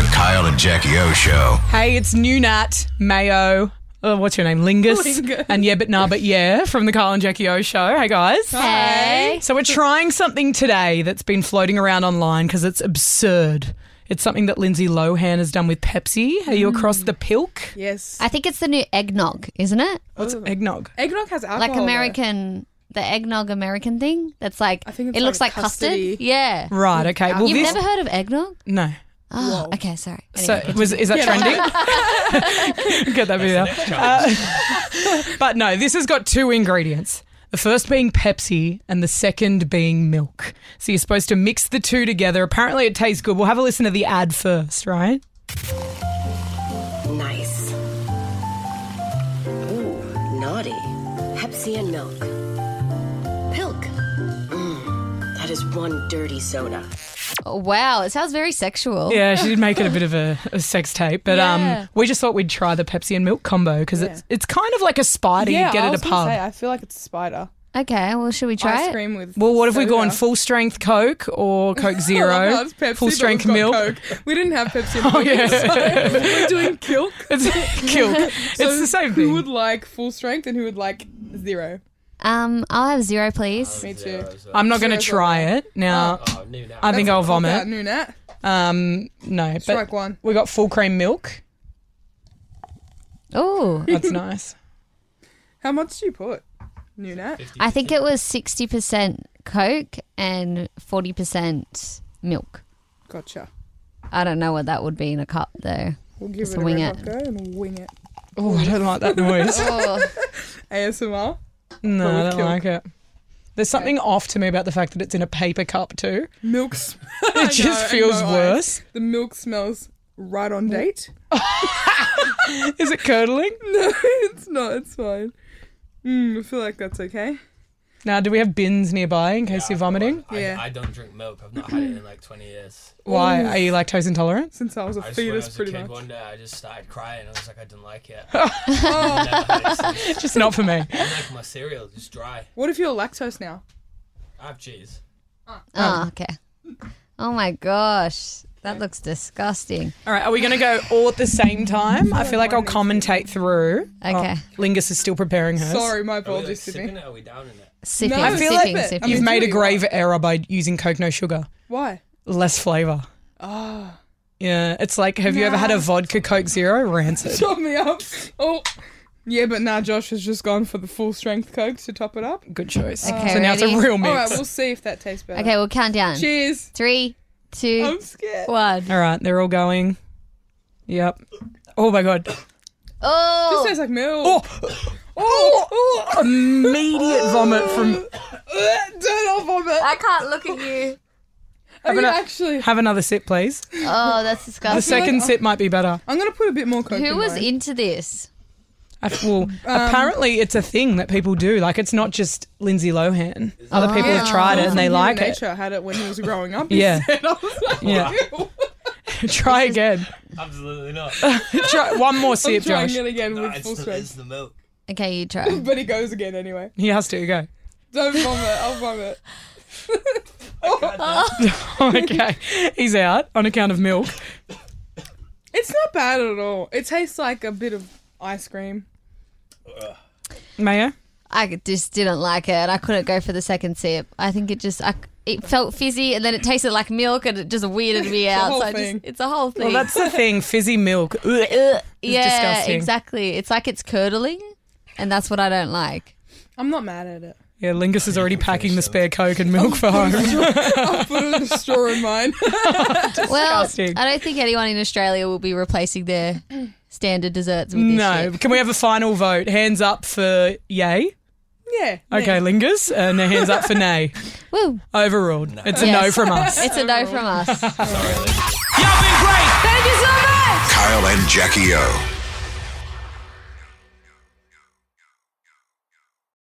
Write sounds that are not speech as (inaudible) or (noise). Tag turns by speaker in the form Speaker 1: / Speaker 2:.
Speaker 1: and Jackie O show.
Speaker 2: Hey, it's New Nat Mayo. Oh, what's your name? Lingus.
Speaker 3: Lingus.
Speaker 2: And yeah, but nah, but yeah, from the Carl and Jackie O show. Hey, guys.
Speaker 3: Hey.
Speaker 2: So, we're trying something today that's been floating around online because it's absurd. It's something that Lindsay Lohan has done with Pepsi. Are you across the pilk?
Speaker 3: Yes.
Speaker 4: I think it's the new eggnog, isn't it?
Speaker 2: What's eggnog?
Speaker 3: Eggnog has alcohol.
Speaker 4: Like
Speaker 3: though.
Speaker 4: American, the eggnog American thing. That's like
Speaker 3: I think it's
Speaker 4: it looks
Speaker 3: like
Speaker 4: like custard.
Speaker 3: custody.
Speaker 4: Yeah.
Speaker 2: Right, okay. Well,
Speaker 4: You've
Speaker 2: this.
Speaker 4: never heard of eggnog?
Speaker 2: no.
Speaker 4: Oh, okay. Sorry.
Speaker 2: So,
Speaker 4: Anyway.
Speaker 2: was, is that trending? (laughs) Get that video. Uh, (laughs) but no, this has got two ingredients. The first being Pepsi and the second being milk. So you're supposed to mix the two together. Apparently it tastes good. We'll have a listen to the ad first, right?
Speaker 5: Nice. Ooh, naughty. Pepsi and milk. Pilk. Mmm, Mm, that is one dirty soda.
Speaker 4: Oh, wow, it sounds very sexual.
Speaker 2: Yeah, she did make it a bit of a, a sex tape, but
Speaker 4: Yeah.
Speaker 2: um, we just thought we'd try the Pepsi and milk combo because it's it's kind of like a spider
Speaker 3: Yeah,
Speaker 2: you get at
Speaker 3: I
Speaker 2: a
Speaker 3: was gonna
Speaker 2: pub.
Speaker 3: Say, I feel like it's a spider.
Speaker 4: Okay. Well, should we try
Speaker 3: Ice
Speaker 4: it?
Speaker 3: cream with.
Speaker 2: well, what if we
Speaker 3: soda.
Speaker 2: go on full strength Coke or (laughs) Coke
Speaker 3: (laughs) Oh, no,
Speaker 2: Zero,
Speaker 3: it's Pepsi, but
Speaker 2: full
Speaker 3: we've
Speaker 2: strength
Speaker 3: got
Speaker 2: milk? Oh,
Speaker 3: Coke. We didn't have
Speaker 2: (laughs)
Speaker 3: Pepsi. And milk, (laughs)
Speaker 2: yeah.
Speaker 3: so we're
Speaker 2: (laughs)
Speaker 3: doing kilk.
Speaker 2: It's (laughs) Kilk. it's the same
Speaker 3: Who
Speaker 2: thing.
Speaker 3: would like full strength and who would like zero?
Speaker 4: Um, I'll have zero, please.
Speaker 3: Me too.
Speaker 2: I'm not going to
Speaker 3: Zero's
Speaker 2: try it
Speaker 3: Oh.
Speaker 2: now. I think I'll
Speaker 3: That
Speaker 2: vomit.
Speaker 3: Nunat.
Speaker 2: Um, no, but
Speaker 3: Strike one.
Speaker 2: we got full cream milk.
Speaker 4: Oh,
Speaker 3: (laughs)
Speaker 2: That's nice.
Speaker 3: How much do you put? Nunat.
Speaker 4: I think it was sixty percent Coke and forty percent milk.
Speaker 3: Gotcha.
Speaker 4: I don't know what that would be in a cup
Speaker 3: (laughs)
Speaker 4: though.
Speaker 3: We'll give
Speaker 4: Just
Speaker 3: it a
Speaker 4: wing
Speaker 3: wing it.
Speaker 4: it.
Speaker 3: go and wing it.
Speaker 2: Oh, I don't like that
Speaker 3: (laughs)
Speaker 2: noise.
Speaker 4: Oh,
Speaker 3: ASMR.
Speaker 2: no, I don't
Speaker 3: Kilk.
Speaker 2: like it. There's something off to me about the fact that it's in a paper cup too.
Speaker 3: Milk. sm-
Speaker 2: (laughs)
Speaker 3: (laughs)
Speaker 2: It just
Speaker 3: know,
Speaker 2: feels
Speaker 3: no
Speaker 2: worse.
Speaker 3: The milk smells right on date.
Speaker 2: (laughs) Is it curdling?
Speaker 3: (laughs) No, it's not. It's fine. Mm, I feel like that's okay.
Speaker 2: Now, do we have bins nearby in case you're vomiting?
Speaker 6: I,
Speaker 3: Yeah.
Speaker 6: I don't drink milk. I've not had it in like 20 years.
Speaker 2: Why are you lactose
Speaker 3: (laughs)
Speaker 2: intolerant?
Speaker 3: Since I was a
Speaker 6: I just, when I
Speaker 3: fetus,
Speaker 6: was a
Speaker 3: pretty
Speaker 6: kid
Speaker 3: much. Oh.
Speaker 6: one day, I just started crying. I was like, I didn't like
Speaker 3: (laughs)
Speaker 6: it. I've never had it since.
Speaker 2: Just not for me.
Speaker 6: I like my cereal, just dry.
Speaker 3: What if you're lactose now?
Speaker 6: I have cheese.
Speaker 4: oh okay. Oh my gosh, that looks disgusting.
Speaker 2: All right, are we going to go all at the same time? I feel like I'll commentate through.
Speaker 4: Okay.
Speaker 2: Oh, Lingus is still preparing hers.
Speaker 3: Sorry, my
Speaker 6: Are we like
Speaker 3: apologies,
Speaker 6: sipping
Speaker 3: Sydney.
Speaker 6: it? Are we down in it?
Speaker 4: Sipping,
Speaker 3: I feel like
Speaker 4: sipping,
Speaker 3: it.
Speaker 4: sipping.
Speaker 3: I mean-
Speaker 2: You've made a
Speaker 3: Really?
Speaker 2: grave error by using Coke no sugar.
Speaker 3: Why? (laughs)
Speaker 2: Less flavour.
Speaker 3: Ah,
Speaker 2: Yeah, it's like, have you ever had a vodka Coke Zero? Rancid.
Speaker 3: top me up. Oh, yeah, but now Josh has just gone for the full strength Coke to top it up.
Speaker 2: Good choice.
Speaker 4: Okay,
Speaker 2: so now it's a
Speaker 4: ready?
Speaker 2: real mix.
Speaker 3: All right, we'll see if that tastes better.
Speaker 4: okay, we'll count down.
Speaker 3: Cheers.
Speaker 4: Three,
Speaker 3: I'm
Speaker 4: two,
Speaker 3: scared.
Speaker 4: one.
Speaker 2: All right, they're all going. Yep. Oh my god.
Speaker 3: This
Speaker 4: Oh,
Speaker 3: tastes like milk.
Speaker 6: Oh.
Speaker 3: Oh.
Speaker 2: Immediate vomit from.
Speaker 3: Oh. (laughs) Turn off on it.
Speaker 4: I can't look at you.
Speaker 3: Are you
Speaker 4: uh,
Speaker 2: an-
Speaker 3: actually?
Speaker 2: Have another sip, please.
Speaker 4: Oh, that's
Speaker 2: The
Speaker 4: disgusting.
Speaker 2: second sip might be better.
Speaker 3: I'm gonna put a bit more Coke.
Speaker 4: Who
Speaker 3: in
Speaker 4: was
Speaker 3: mine.
Speaker 4: into this?
Speaker 2: I, well, apparently it's a thing that people do. Like it's not just Lindsay Lohan. Other people have tried it and they
Speaker 3: Human
Speaker 2: like it.
Speaker 3: nature had it when he was growing up. (laughs) he
Speaker 2: Yeah.
Speaker 3: said. "Oh, I was like,
Speaker 2: Yeah.
Speaker 3: ew. (laughs)
Speaker 2: Try again.
Speaker 6: Absolutely not.
Speaker 2: Try one more
Speaker 3: I'm
Speaker 2: sip,
Speaker 3: trying
Speaker 2: Josh.
Speaker 3: it again
Speaker 6: No,
Speaker 3: with
Speaker 6: it's,
Speaker 3: full
Speaker 6: the, it's
Speaker 3: strength.
Speaker 6: the milk.
Speaker 4: Okay, you try.
Speaker 3: But he goes again anyway.
Speaker 2: He has to go. (laughs)
Speaker 3: Don't vomit. I'll vomit.
Speaker 2: okay, he's out on account of milk.
Speaker 3: It's not bad at all. It tastes like a bit of ice cream.
Speaker 2: Mayo.
Speaker 4: I just didn't like it. and I couldn't go for the second sip. I think it just, I, it felt fizzy, and then it tasted like milk, and it just weirded me out.
Speaker 3: whole
Speaker 4: so I
Speaker 3: thing.
Speaker 4: just, it's a whole thing.
Speaker 2: Well, that's the thing. Fizzy milk.
Speaker 4: yeah,
Speaker 2: disgusting.
Speaker 4: exactly. It's like it's curdling, and that's what I don't like.
Speaker 3: I'm not mad at it.
Speaker 2: Yeah, Lingus is already packing the spare Coke and milk for home.
Speaker 3: I'll put it in a straw in mine.
Speaker 4: Well,
Speaker 2: Disgusting.
Speaker 4: I don't think anyone in Australia will be replacing their standard desserts with this
Speaker 2: no.
Speaker 4: shit.
Speaker 2: Can we have a final vote? Hands up for yay.
Speaker 3: (laughs) yeah.
Speaker 2: Okay,
Speaker 3: neat.
Speaker 2: Lingus. And a hands up for nay.
Speaker 4: Woo.
Speaker 2: Overruled. It's a no
Speaker 4: Yes.
Speaker 2: from us.
Speaker 4: It's a no from us.
Speaker 1: Kyle and Jackie O.